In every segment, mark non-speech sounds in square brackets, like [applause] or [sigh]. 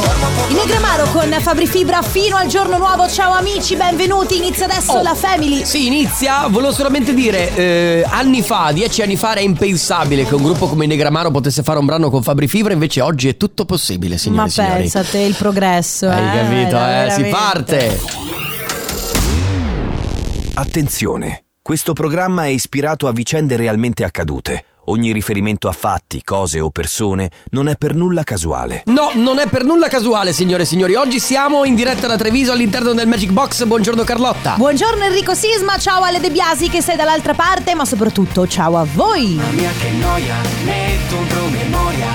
Achille Gramaro con Fabri Fibra fino al giorno nuovo. Ciao amici, benvenuti. Inizia adesso Oh. la Family. Sì, inizia. Volevo solamente dire, eh, anni fa, dieci anni fa, era impensabile che un gruppo come Negramaro potesse fare un brano con Fabri Fibra, invece oggi è tutto possibile, signore Ma e signori. pensa a te il progresso. Hai eh, capito, eh? Si veramente. parte! Attenzione, questo programma è ispirato a vicende realmente accadute. Ogni riferimento a fatti, cose o persone non è per nulla casuale. No, non è per nulla casuale, signore e signori. Oggi siamo in diretta da Treviso all'interno del Magic Box. Buongiorno Carlotta. Buongiorno Enrico Sisma, ciao Ale De Biasi che sei dall'altra parte, ma soprattutto ciao a voi. mia che noia, metto un promemoria,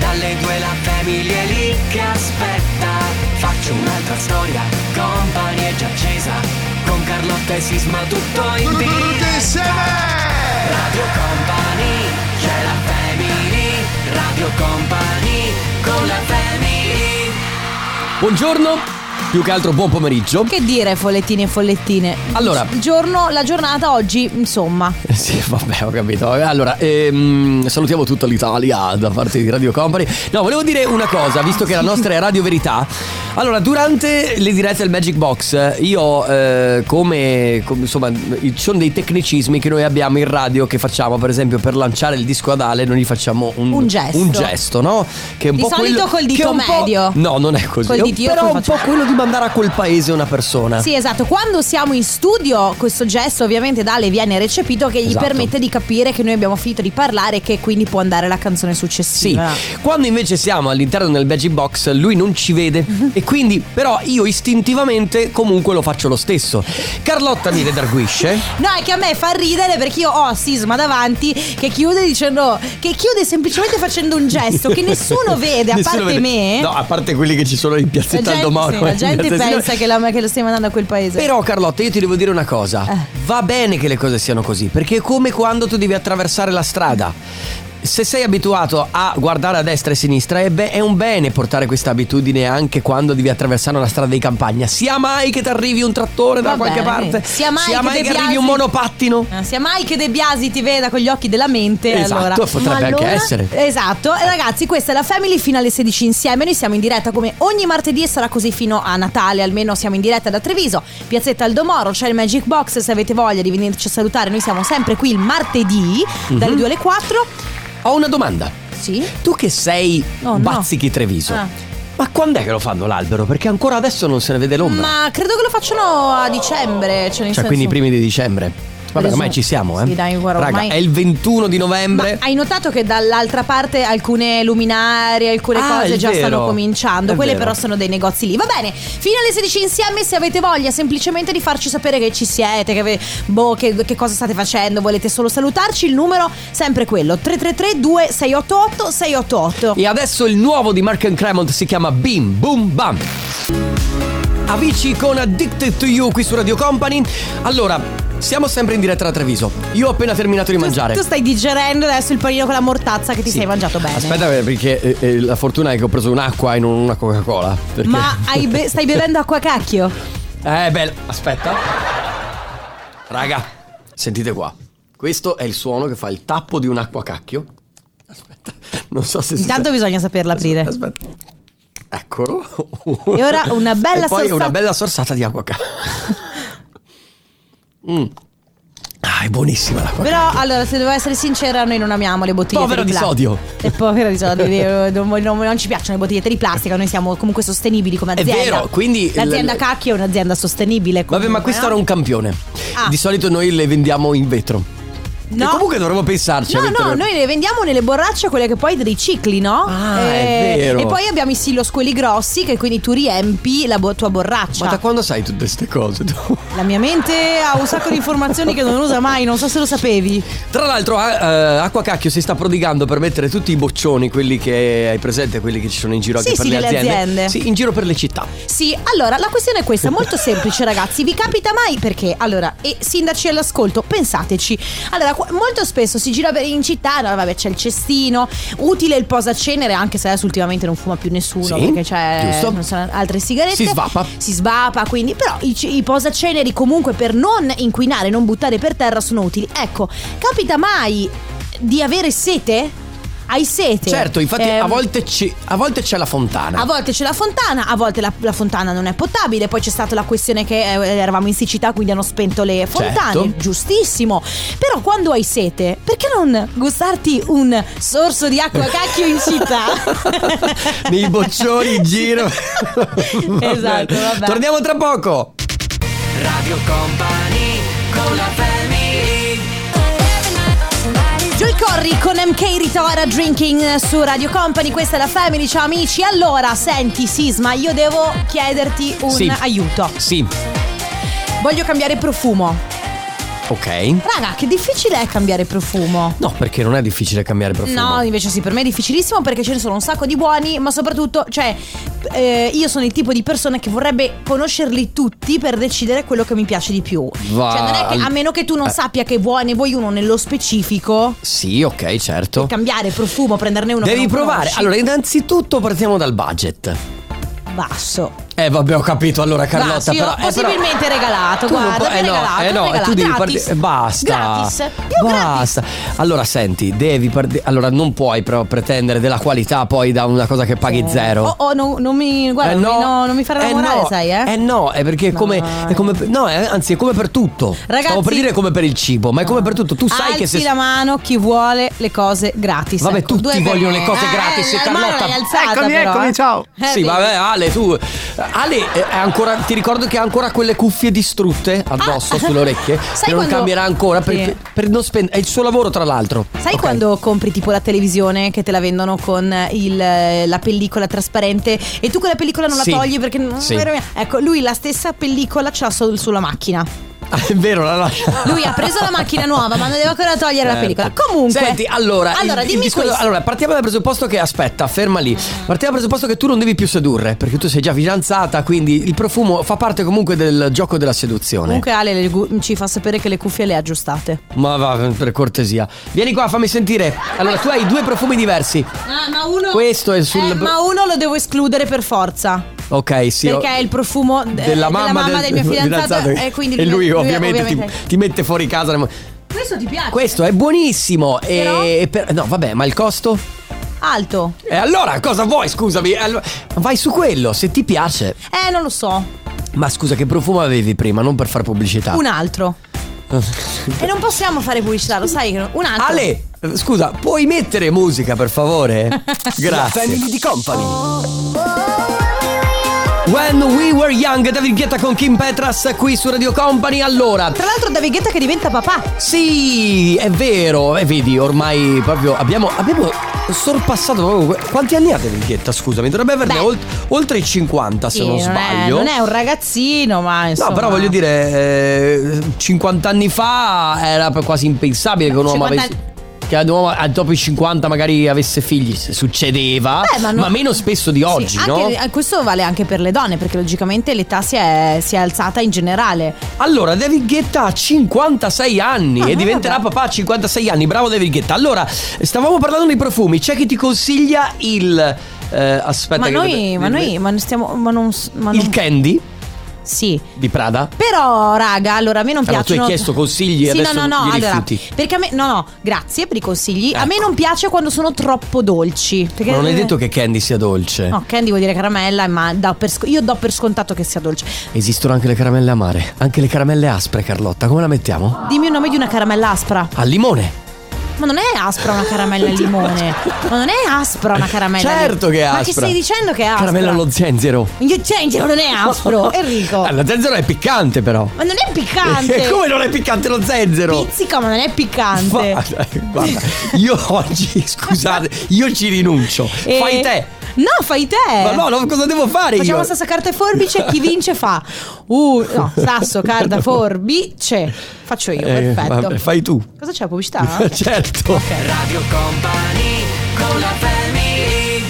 dalle due la famiglia è lì che aspetta, faccio un'altra storia, company è già accesa, con Carlotta e Sisma tutto in diretta. Radio Company, c'è la family, Radio Company, con la family. Buongiorno, più che altro buon pomeriggio. Che dire follettini e follettine? Allora. Il giorno, la giornata oggi, insomma. Eh [laughs] Sì, vabbè, ho capito. Allora, ehm, salutiamo tutta l'Italia da parte di Radio Company. No, volevo dire una cosa, visto che la nostra è Radio Verità. Allora, durante le dirette del Magic Box, io eh, come, come- insomma, ci sono dei tecnicismi che noi abbiamo in radio che facciamo, per esempio, per lanciare il disco ad Ale, noi gli facciamo un, Un gesto. un gesto, no? Che è un Di po' solito quello- col che è dito un po'- medio. No, non è così. Col È un- dito io però come è un po' facciamo? quello di mandare a quel paese una persona. Sì, esatto. Quando siamo in studio, questo gesto ovviamente da Ale viene recepito che gli Esatto. permette di capire che noi abbiamo finito di parlare e che quindi può andare la canzone Sì, successiva. quando invece siamo all'interno del Magic Box lui non ci vede [laughs] e quindi però io istintivamente comunque lo faccio lo stesso. Carlotta mi redarguisce. No, è che a me fa ridere perché io ho Sisma davanti che chiude dicendo che chiude semplicemente facendo un gesto che nessuno vede a Nessuno parte vede. me. eh. No, a parte quelli che ci sono in la piazzetta gente, Aldomoro. sì, la in gente piazzetta- pensa che, la- che lo stiamo andando a quel paese. Però Carlotta io ti devo dire una cosa Eh. Va bene che le cose siano così Perché è come quando tu devi attraversare la strada Se sei abituato a guardare a destra e a sinistra è, be- è un bene portare questa abitudine anche quando devi attraversare una strada di campagna Sia mai che ti arrivi un trattore da Va qualche bene. parte Sia mai che De che arrivi un Biasi- monopattino Ah, Sia mai che De Biasi ti veda con gli occhi della mente Esatto, allora. potrebbe Ma anche essere. Esatto, E ragazzi questa è la Family fino alle 16 insieme Noi siamo in diretta come ogni martedì e sarà così fino a Natale Almeno siamo in diretta da Treviso, Piazzetta Aldomoro, c'è il Magic Box Se avete voglia di venirci a salutare Noi siamo sempre qui il martedì dalle Mhm. 2 alle 4 Ho una domanda Sì Tu che sei Oh, no. Bazzichi Treviso Ah. Ma quando è che lo fanno l'albero? Perché ancora adesso non se ne vede l'ombra Ma credo che lo facciano a dicembre Cioè, nel Cioè, senso- quindi i primi di dicembre. Vabbè, Adesso- ormai ci siamo, eh. Sì, dai, guarda, Raga, ormai- è il 21 di Ma novembre. hai notato che dall'altra parte alcune luminarie, alcune Ah, cose è già vero. stanno cominciando. È Quelle vero. però sono dei negozi lì. Va bene, fino alle 16 insieme se avete voglia semplicemente di farci sapere che ci siete, che, ave- boh, che- che cosa state facendo, volete solo salutarci, il numero sempre quello 333 2688 688. E adesso il nuovo di Mark and Cremont si chiama Bim Boom Bam. Amici con Addicted to You qui su Radio Company. Allora, siamo sempre in diretta da Treviso. Io ho appena terminato di Tu- mangiare. Tu, stai digerendo adesso il panino con la mortazza che ti sei mangiato bene. Aspetta perché eh, eh, la fortuna è che ho preso un'acqua e non una Coca-Cola. perché- Ma hai be- stai bevendo acqua cacchio? Eh, beh, aspetta. Raga, sentite qua. Questo è il suono che fa il tappo di un acquacacchio. Aspetta, non so se si Intanto sente. bisogna saperla aprire. Aspetta. Eccolo. E ora una bella E poi sorsa- una bella sorsata di acquacacchio. Mm. Ah, è buonissima l'acqua. Però allora, se devo essere sincera, noi non amiamo le bottiglie Povero di di plastica. sodio. E povero di sodio, eh, non, non- non ci piacciono le bottigliette di plastica, noi siamo comunque sostenibili come È azienda. vero, quindi- l'azienda l- cacchio è un'azienda sostenibile. Vabbè, ma comunque, questo no? era un campione. Ah. Di solito noi le vendiamo in vetro. No. E comunque dovremmo pensarci. a No, no, mettere- noi le vendiamo nelle borracce quelle che poi ricicli, no? Eh, Ah, è vero. E poi abbiamo i silos quelli grossi che quindi tu riempi la bo- tua borraccia. Ma da quando sai tutte queste cose? tu? La mia mente ha un sacco di informazioni che non usa mai, non so se lo sapevi. Tra l'altro, eh, eh, Acquacacchio si sta prodigando per mettere tutti i boccioni, quelli che hai presente, quelli che ci sono in giro anche Sì, per sì, le nelle aziende. aziende. Sì, in giro per le città. Sì, allora la questione è questa, molto semplice ragazzi, vi capita mai perché? Allora, e sindaci all'ascolto, pensateci. Allora, qu- molto spesso si gira per- in città, no, vabbè c'è il cestino, utile il posacenere, anche se adesso ultimamente non fuma più nessuno Sì, perché c'è giusto. non so, altre sigarette. Si svapa. Si svapa, quindi, però i, c- i posaceneri comunque per non inquinare, non buttare per terra sono utili. Ecco, capita mai di avere sete? hai sete. Certo, infatti Ehm, a, volte ci- a volte c'è la fontana. a volte c'è la fontana, a volte la, la fontana non è potabile. Poi c'è stata la questione che eh, eravamo in siccità, quindi hanno spento le fontane. Certo. Giustissimo. Però quando hai sete, perché non gustarti un sorso di acqua cacchio in città? [laughs] [laughs] Nei boccioni [laughs] in giro. Vabbè. Esatto, vabbè. Torniamo tra poco. Radio Company con la family Joel Corri con MK Ritora Drinking su Radio Company, questa è la Family, ciao amici. Allora, senti Sisma, io devo chiederti un Sì. aiuto. Sì, Voglio cambiare profumo. ok. Raga, che difficile è cambiare profumo. No, perché non è difficile cambiare profumo. No, invece sì, per me è difficilissimo perché ce ne sono un sacco di buoni, ma soprattutto, cioè, eh, io sono il tipo di persona che vorrebbe conoscerli tutti per decidere quello che mi piace di più. Va- Cioè, non è che, a meno che tu non Eh. sappia che buone vuoi uno nello specifico, Sì, ok, certo. cambiare profumo, prenderne uno che Devi non provare. conosci, Allora, innanzitutto partiamo dal budget. basso. Eh, vabbè, ho capito. Allora, Ma Carlotta, sì, però. ho possibilmente eh, però- regalato, Tu non guarda, puoi- mi eh, no, regalato, eh, mi no, regalato, tu devi gratis, partire- basta. gratis, io basta. Allora, senti, devi partire. Allora, non puoi però pretendere della qualità poi da una cosa che paghi zero. Oh, oh, no, non mi guarda, Eh, non mi- no, non mi farà Eh, innamorare, no. sai, eh? no, è perché è come, No. è come per- no, è- anzi è come per tutto. Ragazzi- Stavo per dire è come per il cibo, ma è come per tutto. Tu sai Alzi che se la mano chi vuole le cose gratis. Vabbè, ecco. tutti Due per- vogliono le cose Eh, gratis, eh, la mano Carlotta. l'hai alzata, Eccomi, però, eccomi, eh. ciao. Eh, Sì, vedi. vabbè, Ale, tu Ale eh, è ancora ti ricordo che ha ancora quelle cuffie distrutte addosso Ah. sulle orecchie [laughs] Sai che non quando- cambierà ancora per, Sì. per non spendere è il suo lavoro tra l'altro. Sai Ok. quando compri tipo la televisione che te la vendono con il, la pellicola trasparente e tu quella pellicola non la Sì. togli perché non Sì. Ecco, lui la stessa pellicola ce l'ha solo sulla macchina. [laughs] Ah, è vero, la lascia. Lui ha preso la macchina nuova, ma non deve ancora togliere la Certo. pellicola. Comunque, Senti, allora, il- Allora, il dimmi discorso- questo. allora, partiamo dal presupposto che aspetta, ferma lì. Partiamo dal presupposto che tu non devi più sedurre, perché tu sei già fidanzata, quindi il profumo fa parte comunque del gioco della seduzione. Comunque Ale le gu- ci fa sapere che le cuffie le ha aggiustate. Ma va, per cortesia. Vieni qua, fammi sentire. Allora, tu hai due profumi diversi. Ah, ma uno Eh, Questo è sul- ma uno lo devo escludere per forza. Ok, sì. ho- perché è il profumo eh, della mamma, del, mio fidanzato e quindi e lui, ovviamente, ti- ovviamente- Ti, mette fuori casa. Questo ti piace? Questo è buonissimo. e- Però? e per- no, vabbè, ma il costo? Alto. E allora cosa vuoi? Scusami. Allora, vai su quello, se ti piace. Eh, non lo so. Ma scusa, che profumo avevi prima? Non per far pubblicità. Un [laughs] altro. e non possiamo fare pubblicità, lo sai che non- un altro. Ale, eh, scusa, puoi mettere musica per favore? Grazie. Family di Company. When we were young, David Guetta con Kim Petras qui su Radio Company. Allora, Tra l'altro David Guetta che diventa papà. sì, è vero, e vedi, ormai proprio abbiamo, abbiamo sorpassato proprio. que- Quanti anni ha David Guetta? Scusami, dovrebbe averne Beh. olt- oltre i 50, se Sì, non, è, sbaglio. non è un ragazzino, ma insomma. No, però voglio dire, eh, 50 anni fa era quasi impensabile che un uomo 50 avesse. Che un uomo a- dopo i 50 magari avesse figli, se succedeva, Beh, ma ma, no- meno spesso di oggi, Sì, no? anche- eh, questo vale anche per le donne, perché logicamente l'età si è, si è alzata in generale. Allora, David Guetta ha 56 anni Ah, e diventerà vabbè. papà a 56 anni. Bravo David Guetta. Allora, stavamo parlando dei profumi. C'è chi ti consiglia il. eh, aspetta, Ma che- noi, ma noi, ma non stiamo. Ma non. s- Ma Il non candy sì. di Prada. Però, raga, allora a me non Allora, tu piacciono. hai chiesto consigli e sì, adesso no, no, no, li allora, rifiuti. Perché a me. No, no, grazie per i consigli. A Ecco. me non piace quando sono troppo dolci. Perché eh. Ma non è detto che candy sia dolce. No, candy vuol dire caramella, ma da per sc- io do per scontato che sia dolce. Esistono anche le caramelle amare, anche le caramelle aspre, Carlotta. Come la mettiamo? Dimmi un nome di una caramella aspra. Al limone. Ma non è aspra una caramella al [laughs] limone. Ma non è aspra una caramella al certo che è limone. aspra. Ma che stai dicendo che è aspra? Caramella allo zenzero. Io c'entro, non [laughs] è aspro, Enrico. Ah, Lo zenzero è piccante, però. Ma non è piccante. E [laughs] come non è piccante lo zenzero? Pizzica, ma non è piccante. Guarda, [laughs] guarda, io oggi, [laughs] scusate, io ci rinuncio. E- Fai te. Eh, No, fai te. Ma no, no, cosa devo fare Facciamo io? la stessa carta e forbice. Chi vince fa. Uh, no, sasso, [laughs] carta, forbice. Faccio io, Eh, perfetto. Ah. vabbè, fai tu. Cosa c'è? Pubblicità? [laughs] certo. Radio Company con la family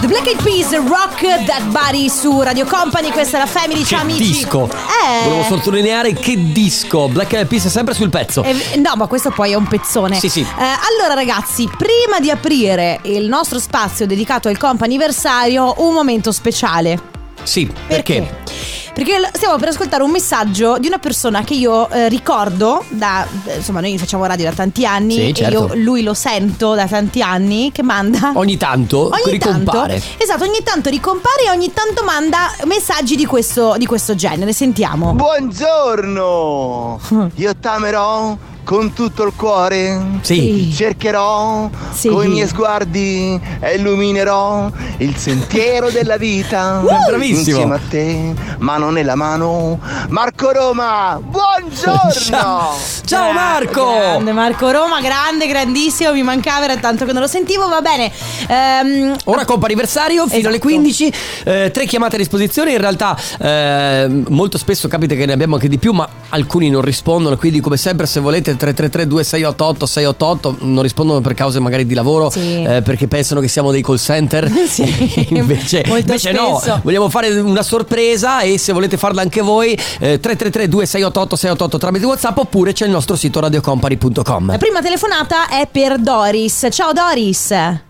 The Black Eyed Peas Rock That Body su Radio Company. Questa è la Family. Che Ciao, amici. disco. Eh. Volevo sottolineare che disco. Black Eyed Peas è sempre sul pezzo. Eh, no, ma questo poi è un pezzone. Sì, sì. Eh, allora, ragazzi, prima di aprire il nostro spazio dedicato al comp anniversario, un momento speciale. Sì, perché? Perché? Perché l- stiamo per ascoltare un messaggio di una persona che io eh, ricordo da. eh, Insomma, noi facciamo radio da tanti anni. Sì, e io certo. lui lo sento da tanti anni. Che manda. Ogni tanto [laughs] Ogni ricompare. tanto, esatto, ogni tanto ricompare e ogni tanto manda messaggi di questo, di questo genere. Sentiamo. [laughs] Buongiorno! Io t'amerò con tutto il cuore. Sì. Ti Cercherò Sì. con i miei sguardi e illuminerò il sentiero della [laughs] vita. Uh! Bravissimo. Insieme a te, mano nella mano. Marco Roma, [laughs] Ciao, [laughs] buongiorno! Ciao Marco. Grande Marco Roma, grande, grandissimo. Mi mancava, era tanto che non lo sentivo. Va bene. Ehm, Ora compa anniversario fino Esatto. alle 15, eh, tre chiamate a disposizione, in realtà eh, molto spesso capita che ne abbiamo anche di più ma alcuni non rispondono, quindi come sempre se volete 333 2688 688 non rispondono per cause magari di lavoro Sì. eh, perché pensano che siamo dei call center, [laughs] Sì. [laughs] invece, [laughs] Molto invece no, spesso. vogliamo fare una sorpresa e se volete farla anche voi eh, 333 2688 688 tramite Whatsapp oppure c'è il nostro sito radiocompany.com. la prima telefonata è per Doris. Ciao Doris. Oh.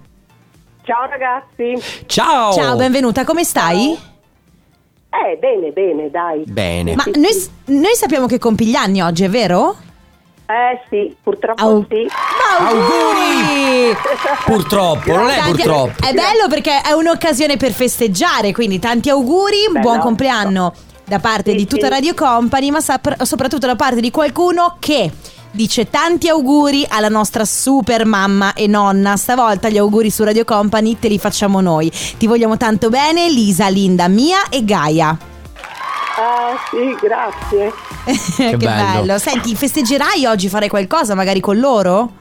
Ciao ragazzi. Ciao! Ciao, benvenuta, come stai? Eh, bene, bene, dai. Bene. Ma noi, noi sappiamo che compi gli anni oggi, è vero? Eh sì, purtroppo Au- sì. Ma auguri! Purtroppo, non è Tanti- purtroppo. È bello perché è un'occasione per festeggiare, quindi tanti auguri, Beh, buon no. compleanno da parte Sì, di tutta sì. Radio Company, ma sap- soprattutto da parte di qualcuno che dice tanti auguri alla nostra super mamma e nonna. Stavolta gli auguri su Radio Company te li facciamo noi. Ti vogliamo tanto bene, Lisa, Linda, Mia e Gaia. Ah sì, grazie. che bello. Senti, festeggerai oggi, farai qualcosa magari con loro?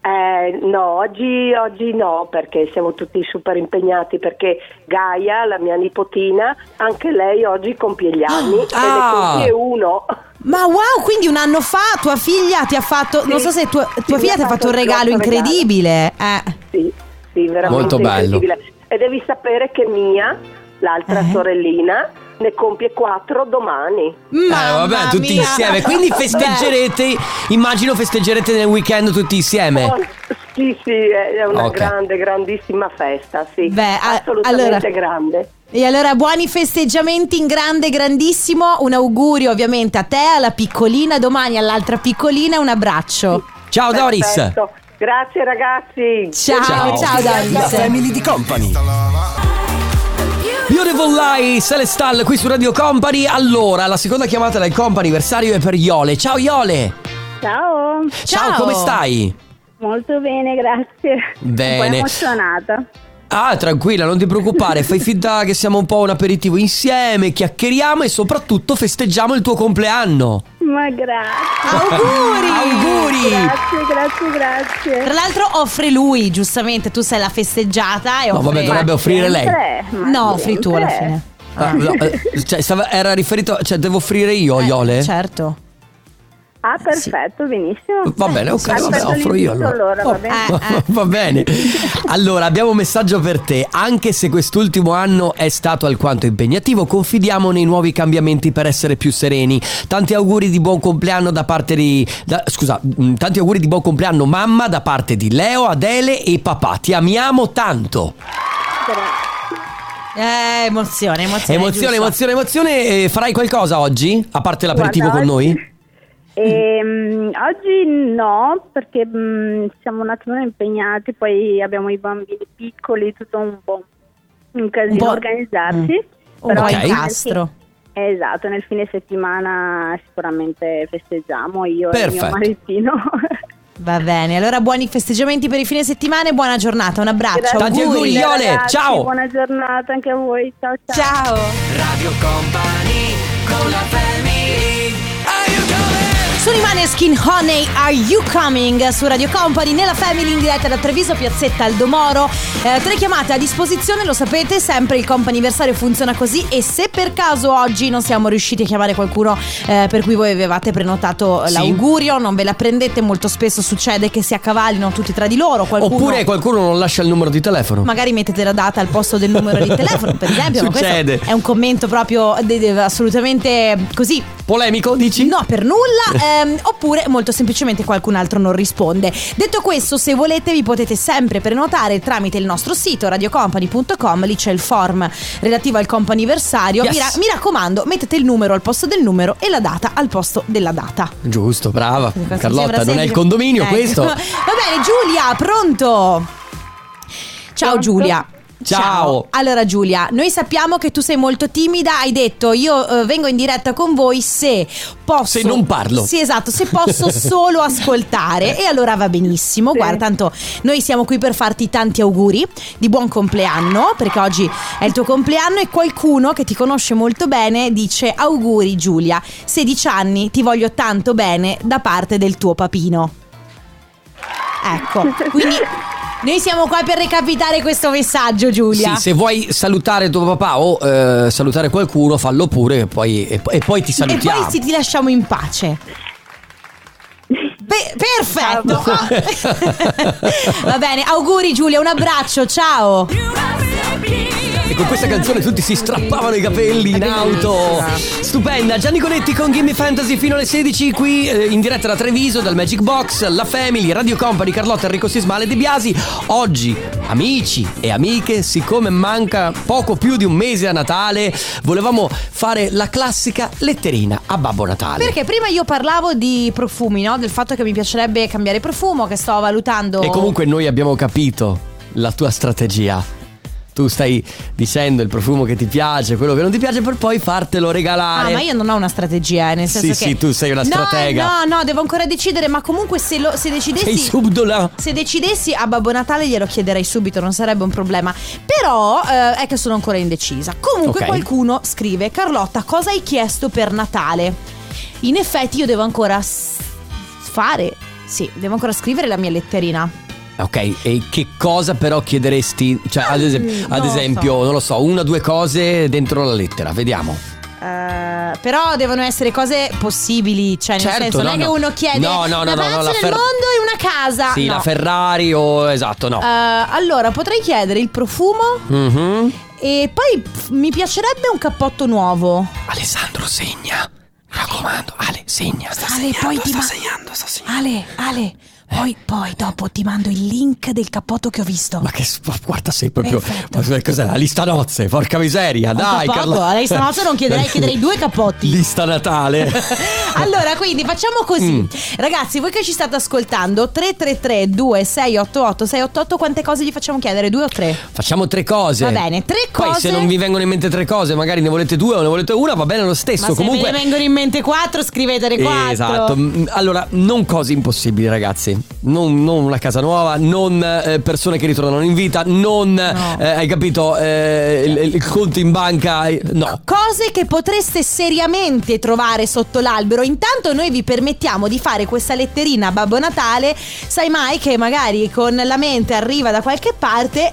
Eh, no, oggi, oggi no, perché siamo tutti super impegnati, perché Gaia, la mia nipotina, anche lei oggi compie gli anni, Ah! e ne compie uno. [laughs] Ma wow, quindi un anno fa tua figlia ti ha fatto. Sì. Non so se tua, tua Sì, figlia mi ti ha fatto un regalo grosso regalo. incredibile. Eh. Sì, sì, veramente Molto bello. incredibile. E devi sapere che Mia, l'altra Eh. sorellina, ne compie quattro domani. Eh, Mamma vabbè, tutti mia. insieme. Quindi festeggerete. immagino festeggerete nel weekend tutti Oh, insieme. sì, sì, è una Ok. grande, grandissima festa, sì. Beh, a- Assolutamente allora- grande. E allora buoni festeggiamenti in grande, grandissimo. Un augurio ovviamente a te, alla piccolina, domani all'altra piccolina. Un abbraccio. Ciao Doris. Perfetto. Grazie ragazzi. Ciao, ciao, Ciao. Davis. di Company. Beautiful Lie, Celestal qui su Radio Company. Allora, la seconda chiamata del comp anniversario è per Iole. Ciao Iole. Ciao, Ciao. come stai? molto bene, grazie. Un po' Bene. emozionata. Ah, tranquilla, non ti preoccupare, fai finta che siamo un po' un aperitivo insieme, chiacchieriamo e soprattutto festeggiamo il tuo compleanno. Ma grazie. Auguri! [laughs] Auguri! Grazie, grazie, grazie. Tra l'altro offre lui, giustamente, tu sei la festeggiata e No, offre- vabbè, dovrebbe offrire lei. Eh, Sempre, ma No, offri tu alla sempre. fine. Ah, no, eh, cioè, stava- era riferito, cioè devo offrire io, Eh, Iole? Certo. Ah, perfetto, benissimo. Va bene, ok, Aspetto vabbè, offro io l'invito allora. allora, va Oh, bene? eh, eh. Va bene. Allora, abbiamo un messaggio per te. Anche se quest'ultimo anno è stato alquanto impegnativo, confidiamo nei nuovi cambiamenti per essere più sereni. Tanti auguri di buon compleanno da parte di da- scusa, mh, tanti auguri di buon compleanno mamma da parte di Leo, Adele e papà. Ti amiamo tanto. Eh, emozione, emozione. Emozione, giusto. emozione, emozione. Eh, farai qualcosa oggi? A parte l'aperitivo Guarda, con oggi- noi? [laughs] Ehm, oggi no, perché mm, siamo un attimino impegnati, poi abbiamo i bambini piccoli, tutto un po' un casino Un po'- Mm. organizzarsi. Un po' nel Ok. incastro. fine- Esatto, nel fine settimana sicuramente festeggiamo io Perfetto. e il mio maritino. [laughs] Va bene, allora buoni festeggiamenti per il fine settimana e buona giornata. Un abbraccio. Grazie Tanti mille, auguri, Iole, ragazzi, ciao. Buona giornata anche a voi. Ciao ciao. Ciao. Radio Company con la family Are you coming? Sono i Maneskin Honey, Are You Coming? Su Radio Company, nella Family in diretta da Treviso, Piazzetta Aldomoro. Eh, tre chiamate a disposizione, lo sapete, sempre il comp anniversario funziona così e se per caso oggi non siamo riusciti a chiamare qualcuno eh, per cui voi avevate prenotato Sì. l'augurio, non ve la prendete, molto spesso succede che si accavallino tutti tra di loro. Qualcuno... Oppure qualcuno non lascia il numero di telefono? Magari mettete la data al posto del numero di telefono, per esempio. ma questo Succede. è un commento proprio de- de- assolutamente così Polemico, dici? No, per nulla, [laughs] ehm, oppure molto semplicemente qualcun altro non risponde. Detto questo, se volete vi potete sempre prenotare tramite il nostro sito radiocompany.com, lì c'è il form relativo al companiversario. Yes. Mi, mi raccomando, mettete il numero al posto del numero e la data al posto della data. Giusto, brava. Cosa sembra Carlotta, non è il semplice. condominio Ecco. [laughs] questo. [laughs] Va bene, Giulia, pronto? Ciao Pronto? Giulia. Ciao. Allora Giulia, noi sappiamo che tu sei molto timida, hai detto io eh, vengo in diretta con voi se posso... Se non parlo. Sì, esatto, se [laughs] posso solo ascoltare e allora va benissimo. Sì. Guarda, tanto noi siamo qui per farti tanti auguri di buon compleanno, perché oggi è il tuo compleanno e qualcuno che ti conosce molto bene dice auguri Giulia, 16 anni, ti voglio tanto bene da parte del tuo papino. Ecco, quindi noi siamo qua per recapitare questo messaggio Giulia. Sì, se vuoi salutare tuo papà o eh, salutare qualcuno, fallo pure e poi, e poi- e poi ti e salutiamo. poi sì, ti lasciamo in pace. Be- perfetto. [laughs] Va bene, auguri Giulia, un abbraccio, ciao. E con questa canzone tutti si strappavano i capelli in auto. Stupenda. Gianni Conetti con Gimme Fantasy fino alle 16 qui eh, in diretta da Treviso, dal Magic Box, la Family, Radio Company, Carlotta, Enrico Sismale e De Biasi. Oggi, amici e amiche, siccome manca poco più di un mese a Natale, volevamo fare la classica letterina a Babbo Natale. Perché prima io parlavo di profumi, no? Del fatto che mi piacerebbe cambiare profumo, che sto valutando. E comunque noi abbiamo capito la tua strategia. Tu stai dicendo il profumo che ti piace, quello che non ti piace, per poi fartelo Ah, regalare. ma io non ho una strategia, eh, nel Sì, senso che. sì, tu sei una stratega. No, no, no, devo ancora decidere, ma comunque se, lo, se Sei decidessi. subdola. se decidessi a Babbo Natale glielo chiederei subito, non sarebbe un problema. Però eh, è che sono ancora indecisa. Comunque Ok. qualcuno scrive: Carlotta, cosa hai chiesto per Natale? In effetti io devo ancora s- fare. Sì, devo ancora scrivere la mia letterina. Ok, e che cosa però chiederesti? Cioè, ad, esem- Mm, ad non lo esempio, non lo so, una o due cose dentro la lettera, vediamo. Eh, però devono essere cose possibili, cioè nel Certo, senso no, non è no. che uno chiede No, no, no, una no, no, vacanza la nel Fer- mondo e una casa. Sì, no. la Ferrari o esatto, no. Eh, allora, potrei chiedere il profumo Mhm. e poi pff, mi piacerebbe un cappotto nuovo. Alessandro segna. Mi raccomando, Ale, segna. Sta Ale, poi ti ma- sta segnando. Ale, Ale, poi, poi dopo ti mando il link del cappotto che ho visto. Ma che ma guarda, sei proprio. Perfetto. ma cos'è? La lista nozze, porca miseria, dai, cappotto, Carlo. la [laughs] lista nozze non chiederei, chiederei due cappotti. Lista Natale. [laughs] [laughs] Allora, quindi facciamo così. Mm. Ragazzi, voi che ci state ascoltando, 333 2688 688 quante cose gli facciamo chiedere? Due o tre? Facciamo tre cose. Va bene, tre Poi cose. se non vi vengono in mente tre cose, magari ne volete due o ne volete una, va bene lo stesso. Ma se Comunque. ve ne vengono in mente quattro, scrivetene quattro. Esatto, Mm, allora non cose impossibili ragazzi, non, non una casa nuova, non eh, persone che ritornano in vita, non, No. eh, hai capito, eh, il, il conto in banca, eh, no. Cose che potreste seriamente trovare sotto l'albero. Intanto noi vi permettiamo di fare questa letterina a Babbo Natale. Sai mai che magari con la mente arriva da qualche parte.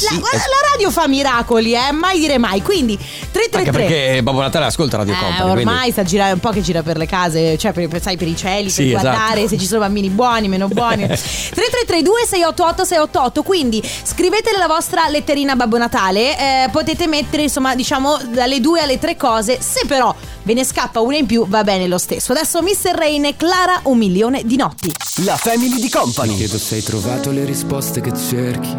La, Sì, eh. guarda, es- la radio fa miracoli, eh? Mai dire mai. Quindi Anche 333. perché Babbo Natale ascolta Radio Eh, Company. ormai quindi- sta girando un po' che gira per le case, cioè per, per- sai, per i cieli, Sì, per esatto. guardare se ci sono bambini buoni, meno [laughs] buoni. 3332 688 688, quindi scrivetele la vostra letterina a Babbo Natale, eh, potete mettere insomma diciamo dalle due alle tre cose, se però ve ne scappa una in più va bene lo stesso. Adesso Mr. Rain e Clara, un milione di notti. La Family di Company. Chiedo se hai trovato le risposte che cerchi.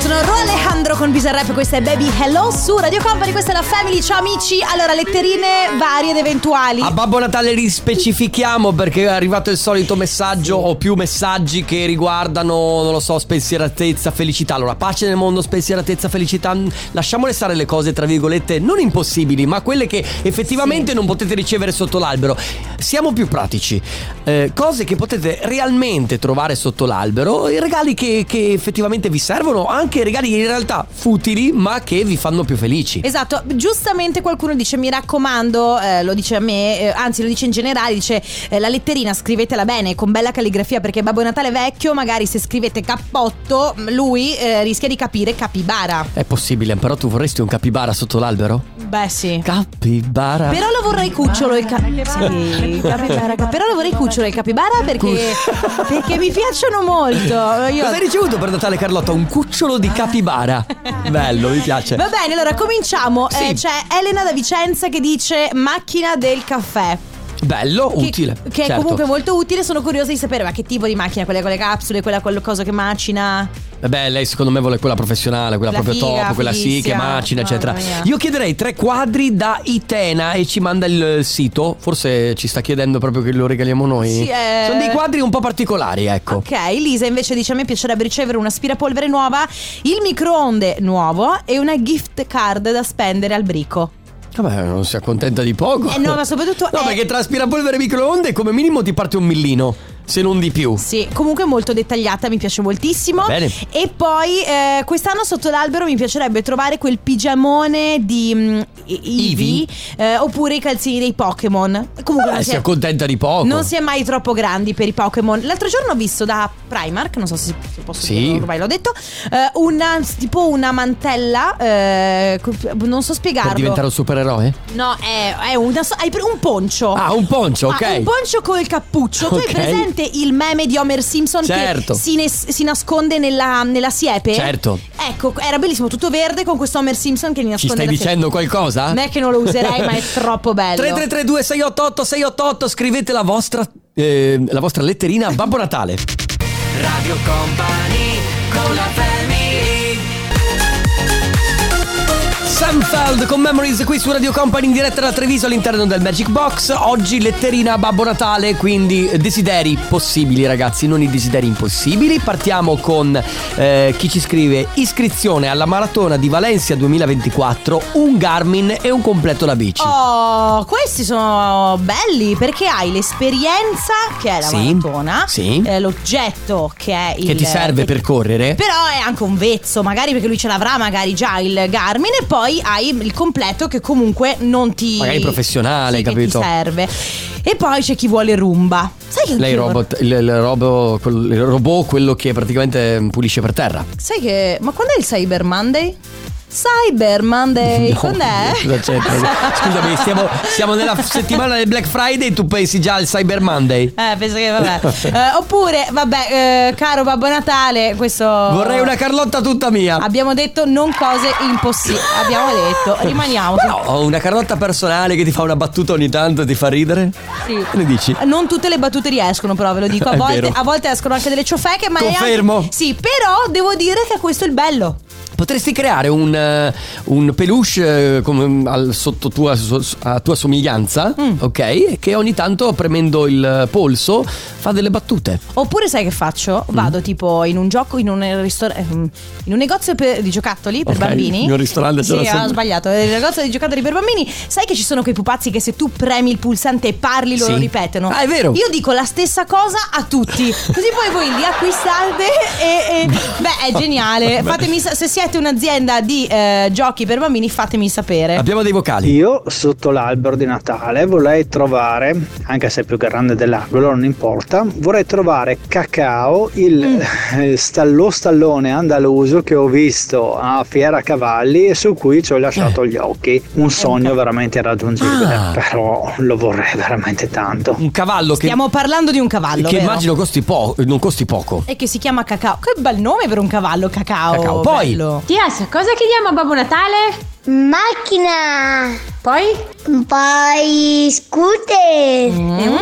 Sono Ro Alejandro con Bizarre Rap, questa è Baby Hello su Radio Company, questa è la Family, ciao amici, allora letterine varie ed eventuali. A Babbo Natale rispecifichiamo perché è arrivato il solito messaggio o più messaggi che riguardano, non lo so, spensieratezza, felicità. Allora, pace nel mondo, spensieratezza, felicità. Lasciamole stare le cose, tra virgolette, non impossibili, ma quelle che effettivamente non potete ricevere sotto l'albero. Siamo più pratici. Eh, cose che potete realmente trovare sotto l'albero, i regali che, che effettivamente vi servono, anche regali in realtà futili, ma che vi fanno più felici. Esatto, giustamente qualcuno dice mi raccomando, eh, lo dice a me, eh, anzi lo dice in generale, dice eh, la letterina scrivetela bene con bella calligrafia perché Babbo Natale è vecchio, magari se scrivete cappotto lui eh, rischia di capire capibara. È possibile, però tu vorresti un capibara sotto l'albero? Beh sì. Capibara. Però lo vorrei cucciolo il capibara. Sì, capibara, cap- Però lo vorrei cucciolo il capibara perché, perché mi piacciono molto. Eh, Io Cosa hai ricevuto per Natale Carlotta? Un cucciolo di capibara. Bello, mi piace. Va bene, allora cominciamo. Sì. Eh, c'è Elena da Vicenza che dice macchina del caffè. Bello, Che- utile. Che è certo. comunque molto utile. Sono curiosa di sapere, ma che tipo di macchina? Quella con le capsule, quella con il coso che macina. Eh Beh, lei secondo me vuole quella professionale, quella La proprio figa, top, quella sì, che fighissima. macina, Mamma eccetera. mia. Io chiederei tre quadri da Itena e ci manda il eh, sito. Forse ci sta chiedendo proprio che lo regaliamo noi. Sì, eh. Sono dei quadri un po' particolari, ecco. Ok, Lisa invece dice: A me piacerebbe ricevere un aspirapolvere nuova, il microonde nuovo e una gift card da spendere al brico. Vabbè, non si accontenta di poco. Eh no, ma soprattutto No, è- perché tra aspirapolvere e microonde come minimo ti parte un millino, se non di più. Sì, comunque molto dettagliata, mi piace moltissimo. Va bene. E poi eh, quest'anno sotto l'albero mi piacerebbe trovare quel pigiamone di mm, I- Eevee Eevee. eh, oppure i calzini dei Pokémon. Comunque Eh, non, si si è, accontenta di poco. cioè, non si è mai troppo grandi per i Pokémon. L'altro giorno ho visto da Primark, non so se, se posso Sì. dirlo, ormai l'ho detto, eh, una, tipo una mantella, eh, co- non so spiegarlo. Per diventare un supereroe? No, è, è una so- hai pre- un poncio. Ah, un poncio, Ah, ok. un poncio col cappuccio. Tu Ok. hai presente il meme di Homer Simpson Certo. che si, ne- si nasconde nella, nella siepe? Certo. Ecco, era bellissimo, tutto verde con questo Homer Simpson che ne Ci nasconde stai la siepe. dicendo qualcosa? Non è che non lo userei, ma [laughs] è troppo bello. 3332 688 688 scrivete la vostra eh, la vostra letterina a Babbo Natale. Radio Company con la family Sunfeld con Memories qui su Radio Company in diretta da Treviso all'interno del Magic Box. Oggi letterina a Babbo Natale, quindi eh, desideri possibili ragazzi, non i desideri impossibili. Partiamo con eh, chi ci scrive iscrizione alla maratona di Valencia 2024, un Garmin e un completo la bici. Oh, questi sono belli perché hai l'esperienza che è la Sì. maratona, Sì. eh, l'oggetto che è il che ti serve che- per correre. Però è anche un vezzo, magari perché lui ce l'avrà magari già il Garmin e poi hai il completo che comunque non ti... Magari professionale, sì, che capito? ti serve. E poi c'è chi vuole Rumba. Sai che... Lei anch'io- robot, il, il robo- quel- il robot, quello che praticamente mm, pulisce per terra. Sai che... Ma quando è il Cyber Monday? Cyber Monday, [laughs] No, quando è? cosa [laughs] c'entra? Scusami, siamo, siamo nella f- settimana del Black Friday e tu pensi già al Cyber Monday. Eh, penso che [laughs] vabbè. Eh, oppure, vabbè, eh, caro Babbo Natale, questo... Vorrei una Carlotta tutta mia. Abbiamo detto non cose impossibili. Abbiamo detto, [laughs] rimaniamo. su- Però ho una Carlotta personale che ti fa una battuta ogni tanto e ti fa ridere. Sì. Che ne dici? Non tutte le battute riescono, però ve lo dico. A, È volte, vero. a volte escono anche delle ciofeche, ma è anche- Confermo. sì, però devo dire che questo è il bello. Potresti creare un, eh, un peluche eh, come, al- sotto tua, so- a tua somiglianza, Mm. ok? Che ogni tanto premendo il eh, polso fa delle battute. Oppure sai che faccio? Mm. Vado tipo in un gioco, in un ristorante, in un negozio per- di giocattoli per Ok, bambini. in un ristorante Sì, c'era sempre- ho sbagliato. Il negozio di giocattoli per bambini. Sai che ci sono quei pupazzi che se tu premi il pulsante e parli loro Sì. ripetono. Ah, è vero. Io dico la stessa cosa a tutti. Così poi voi li acquistate [laughs] e, e- beh, è geniale. Fatemi sa- se siete un'azienda di eh, giochi per bambini, fatemi sapere. Abbiamo dei vocali. Io sotto l'albero di Natale vorrei trovare, anche se è più grande dell'albero, non importa, vorrei trovare Cacao, il, eh, stallo stallone andaluso che ho visto a Fiera Cavalli e su cui ci ho lasciato gli occhi. Un sogno veramente irraggiungibile, Ah. però lo vorrei veramente tanto. Un cavallo che, Stiamo parlando di un cavallo. che vero? immagino costi po- non costi poco. E che si chiama Cacao. Che bel nome per un cavallo, Cacao. Cacao. Poi? bello. Tias, cosa chiediamo a Babbo Natale? Macchina! Poi? Poi scooter! Mm.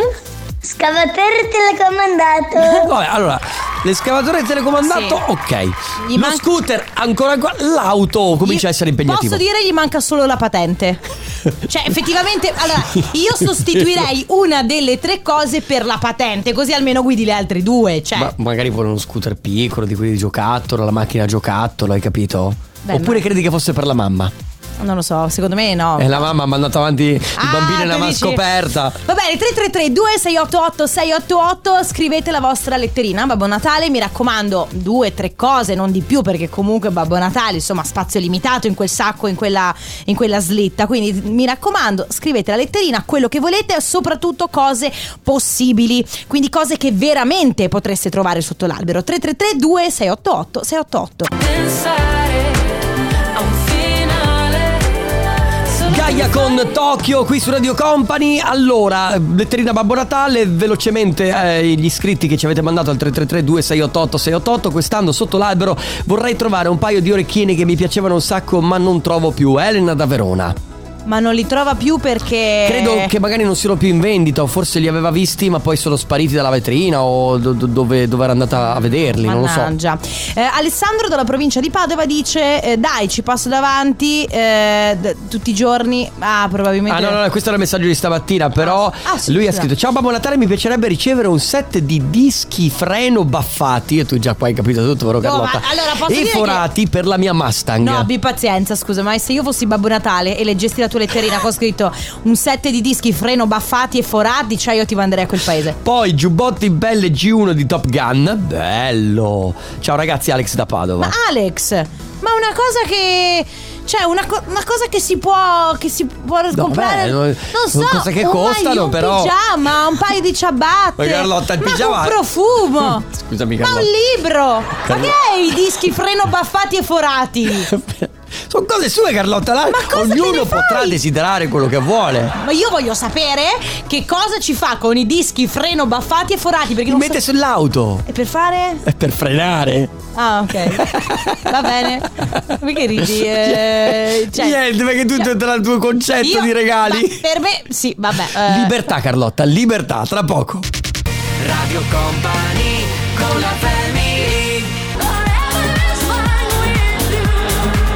Scavatore telecomandato! [laughs] Vabbè, allora, l'escavatore telecomandato, Eh. Sì. ok. Gli Lo manca- scooter, ancora qua. L'auto Io- comincia a essere impegnativo. Posso dire gli manca solo la [laughs] patente. Cioè, effettivamente, allora, io sostituirei una delle tre cose per la patente, così almeno guidi le altre due. Cioè, Ma magari vuole uno scooter piccolo, di quelli di giocattolo, la macchina a giocattolo, hai capito? Beh, Oppure ma- credi che fosse per la mamma? non lo so, secondo me no. E la mamma ha mandato avanti il Oh. Ah, bambino tu nella dici- mascoperta. Va bene, 333 2688 688 scrivete la vostra letterina, Babbo Natale, mi raccomando, due, tre cose, non di più perché comunque Babbo Natale, insomma, spazio limitato in quel sacco, in quella, in quella slitta, quindi mi raccomando, scrivete la letterina, quello che volete, soprattutto cose possibili, quindi cose che veramente potreste trovare sotto l'albero. 333 2688 688. Pensare a un finale solo Gaia Gaia con Tokyo qui su Radio Company. Allora, letterina Babbo Natale, velocemente eh, gli iscritti che ci avete mandato al 333-2688-688. Quest'anno sotto l'albero vorrei trovare un paio di orecchine che mi piacevano un sacco, ma non trovo più. Elena da Verona. Ma non li trova più perché. Credo che magari non siano più in vendita, o forse li aveva visti, ma poi sono spariti dalla vetrina o do- do- dove, dove era andata a vederli, non lo so. Mannaggia. Eh, Alessandro dalla provincia di Padova dice: eh, Dai, ci passo davanti eh, d- tutti i giorni. Ah, Ah probabilmente. no, no, no, questo era il messaggio di stamattina, però Ah, sì, lui ha scusa. scritto Ciao Babbo Natale, mi piacerebbe ricevere un set di dischi freno baffati E tu già qua hai capito tutto, vero No, ma Carlotta? allora posso e dire che- forati per la mia Mustang No, abbi pazienza, scusa, ma se io fossi Babbo Natale e leggessi la tua letterina con scritto un set di dischi freno baffati e forati, cioè io ti manderei a quel paese. Poi giubbotti belle G1 di Top Gun Bello Ciao ragazzi, Alex da Padova Ma Alex, ma una cosa che. Cioè, una, co- una cosa che si può. Che si può comprare. no, non so. cose che un costano, maglio, un però. pigiama, un paio di ciabatte. Ma Carlotta, il ma pigiama- Un profumo. [laughs] Scusami ma un Carlotta libro. Ma Carlo- che è i dischi freno baffati e forati? [laughs] Sono cose sue Carlotta là. Ma cosa te ne Ognuno fai? potrà desiderare quello che vuole Ma io voglio sapere che cosa ci fa con i dischi freno baffati e forati. Perché Li non mette so- sull'auto E per fare? È per frenare Ah, ok. Va bene. Perché ridi? Eh, cioè, Niente, perché tu cioè, tra il tuo concetto io- di regali ma Per me, sì, vabbè. eh. Libertà Carlotta, libertà, tra poco. Radio Company con la family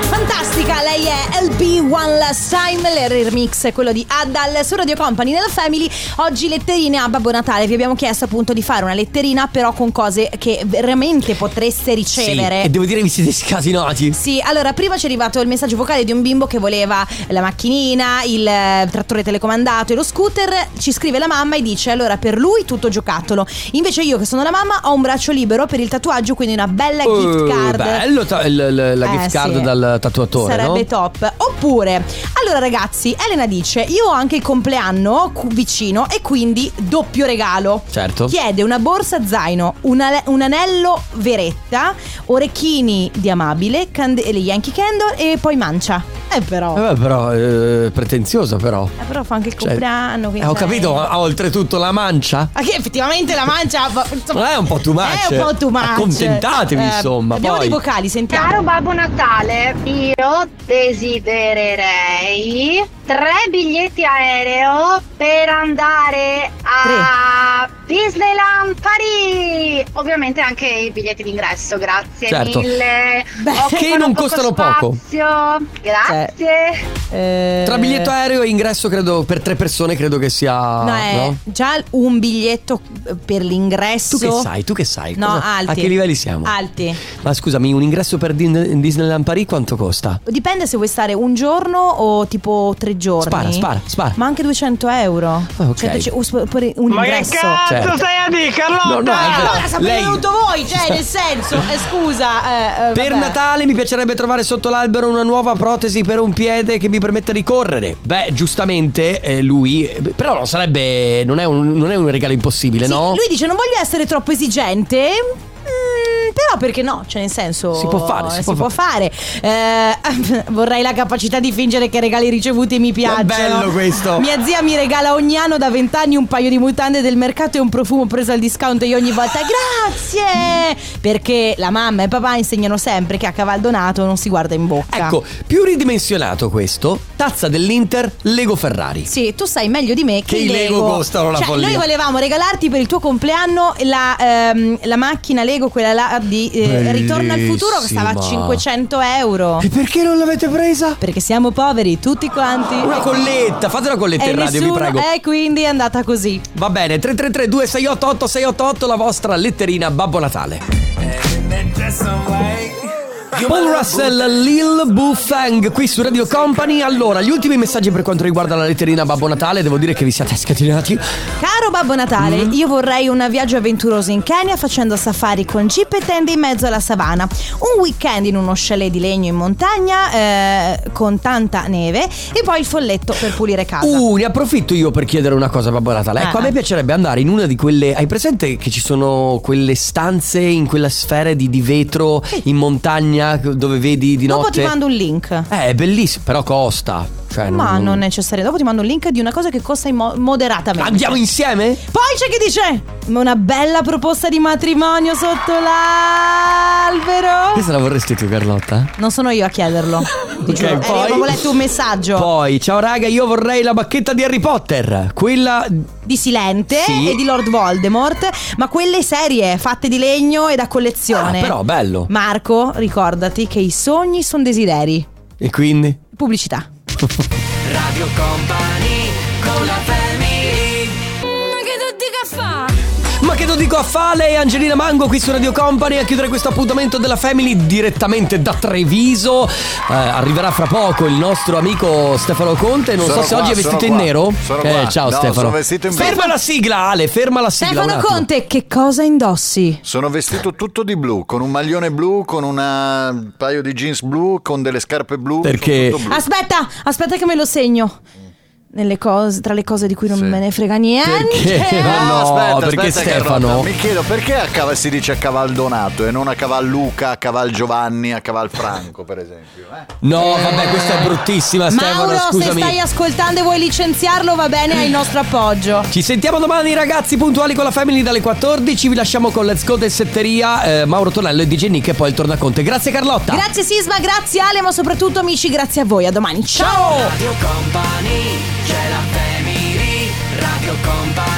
Fantastica, lei è LB One Last Time, il remix è quello di Adal su Radio Company nella Family. Oggi letterine a Babbo Natale, vi abbiamo chiesto appunto di fare una letterina però con cose che veramente potreste ricevere. Sì, e devo dire vi siete scasinati. Sì, allora prima ci è arrivato il messaggio vocale di un bimbo che voleva la macchinina, il eh, trattore telecomandato e lo scooter. Ci scrive la mamma e dice: Allora, per lui tutto giocattolo. Invece io, che sono la mamma, ho un braccio libero per il tatuaggio, quindi una bella gift Eh, card. Bello ta- il- il- la Eh, gift card sì. dal tatuatore, Sarebbe no? top. Oppure, allora ragazzi, Elena dice: Io ho anche il compleanno cu- vicino e quindi doppio regalo. Certo. Chiede una borsa zaino, un, ale- un anello veretta, orecchini di amabile, cande- le Yankee Candle e poi mancia. Eh però. Eh, beh, però eh, pretenzioso però. Eh, però fa anche il Cioè, compleanno. eh, quindi ho sai. capito, ha ha oltretutto la mancia. Ma che effettivamente la mancia. ma- insomma, Ma è un po' too much. È un po' too much. Eh, Accontentatevi, insomma, Abbiamo poi. dei vocali, sentiamo. Caro Babbo Natale, io desidererei tre biglietti aereo per andare a Disneyland Paris. Ovviamente anche i biglietti d'ingresso, grazie Certo. mille. Beh, Occupano che non costano poco. Eh. spazio. Cioè, Grazie. eh, Tra biglietto aereo e ingresso credo per tre persone credo che sia No, è Ah, no? già un biglietto per l'ingresso. Tu che sai? Tu che sai? No, Cosa- alti. A che livelli siamo? Alti. Ma scusami, un ingresso per Din- Disneyland Paris quanto costa? Dipende se vuoi stare un giorno o tipo tre giorni. Spara, spara, spara. Ma anche 200 euro. Cioè, Ah, ok. 100 us- oppure un ingresso. Ah, Certo. stai a dire, Carlotta? No, no, Angela, Allora sapete lei- venuto voi, cioè nel senso, eh, scusa. eh, eh, Per vabbè. Natale mi piacerebbe trovare sotto l'albero una nuova protesi per un piede che mi permetta di correre. Beh, giustamente eh, lui. eh, Però non sarebbe. Non è un, non è un regalo impossibile, Sì, no? Lui dice non voglio essere troppo esigente. mm, Però perché no? Cioè, nel senso. Si può fare, si eh, può fare. Eh, [laughs] vorrei la capacità di fingere che i regali ricevuti mi piacciono. bello questo. [laughs] Mia zia mi regala ogni anno da vent'anni un paio di mutande del mercato e un profumo preso al discount. E io ogni [laughs] volta grazie! Perché la mamma e papà insegnano sempre che a cavallo nato non si guarda in bocca. Ecco, più ridimensionato questo, tazza dell'Inter, Lego Ferrari. Sì, tu sai meglio di me che, Che i Lego costano la cioè, follia. Noi volevamo regalarti per il tuo compleanno la, ehm, la macchina Lego, quella là di eh, Ritorno al futuro, che stava a Bellissima. 500 euro. E perché non l'avete presa? Perché siamo poveri, tutti quanti. Una colletta, fate una colletta e in radio, vi nessuno- eh, prego. E quindi è andata così. Va bene, 333 2688 688 la vostra letterina Babbo Natale. Paul Russell, Lil Bufang qui su Radio Company. Allora, gli ultimi messaggi per quanto riguarda la letterina Babbo Natale, devo dire che vi siete scatenati. Caro Babbo Mm? Natale, io vorrei un viaggio avventuroso in Kenya facendo safari con jeep e tende in mezzo alla savana, un weekend in uno chalet di legno in montagna eh, con tanta neve e poi il folletto per pulire casa. Uh, ne approfitto io per chiedere una cosa, Babbo Natale. Ecco, Ah. a me piacerebbe andare in una di quelle. Hai presente che ci sono quelle stanze in quella sfera di, di vetro in montagna dove vedi di Dopo notte? ti mando un link. Eh, è bellissimo, però costa. Cioè, Ma non è necessario. Dopo ti mando un link di una cosa che costa in mo- moderatamente. Andiamo insieme? Poi c'è chi dice: Ma una bella proposta di matrimonio sotto l'albero. Ah. Questa la vorresti tu, Carlotta? Non sono io a [laughs] chiederlo. Ti Ok, giuro. Eh, poi- avevo letto un messaggio Poi, ciao raga, io vorrei la bacchetta di Harry Potter. Quella. di Silente Sì. e di Lord Voldemort, ma quelle serie fatte di legno e da collezione. Ah, però, bello. Marco, ricordati che i sogni sono desideri. E quindi? Pubblicità. Radio Company con la family Ma che tutti che fa? Ma che lo dico a Fale e Angelina Mango qui su Radio Company a chiudere questo appuntamento della Family direttamente da Treviso. Eh, arriverà fra poco il nostro amico Stefano Conte. Non Sono so se qua, oggi è vestito sono in qua, nero. sono eh, qua. ciao No, Stefano. sono vestito in blu. Ferma la sigla, Ale, ferma la sigla. un Stefano attimo. Conte, che cosa indossi? Sono vestito tutto di blu, con un maglione blu, con una- un paio di jeans blu, con delle scarpe blu. Perché- sono tutto blu. Aspetta, aspetta che me lo segno. Nelle cose, tra le cose di cui non me ne frega niente. [laughs] Perché? Ma [laughs] no, perché Stefano- Carlotta, mi chiedo perché a Caval- si dice a Caval Donato e non a Caval Luca, a Caval Giovanni, a Caval Franco, per esempio. eh? No, vabbè, questa è bruttissima, Stefano. Mauro, se scusami. stai ascoltando e vuoi licenziarlo, va bene, hai il nostro appoggio. Ci sentiamo domani ragazzi puntuali con la Family dalle 14 Vi lasciamo con Let's Go del Setteria eh, Mauro Tonello e DJ Nick e poi il Tornaconte Grazie Carlotta Grazie Sisma, grazie Ale, ma soprattutto amici, grazie a voi. A domani. Ciao! Radio Company, c'è la family Radio Company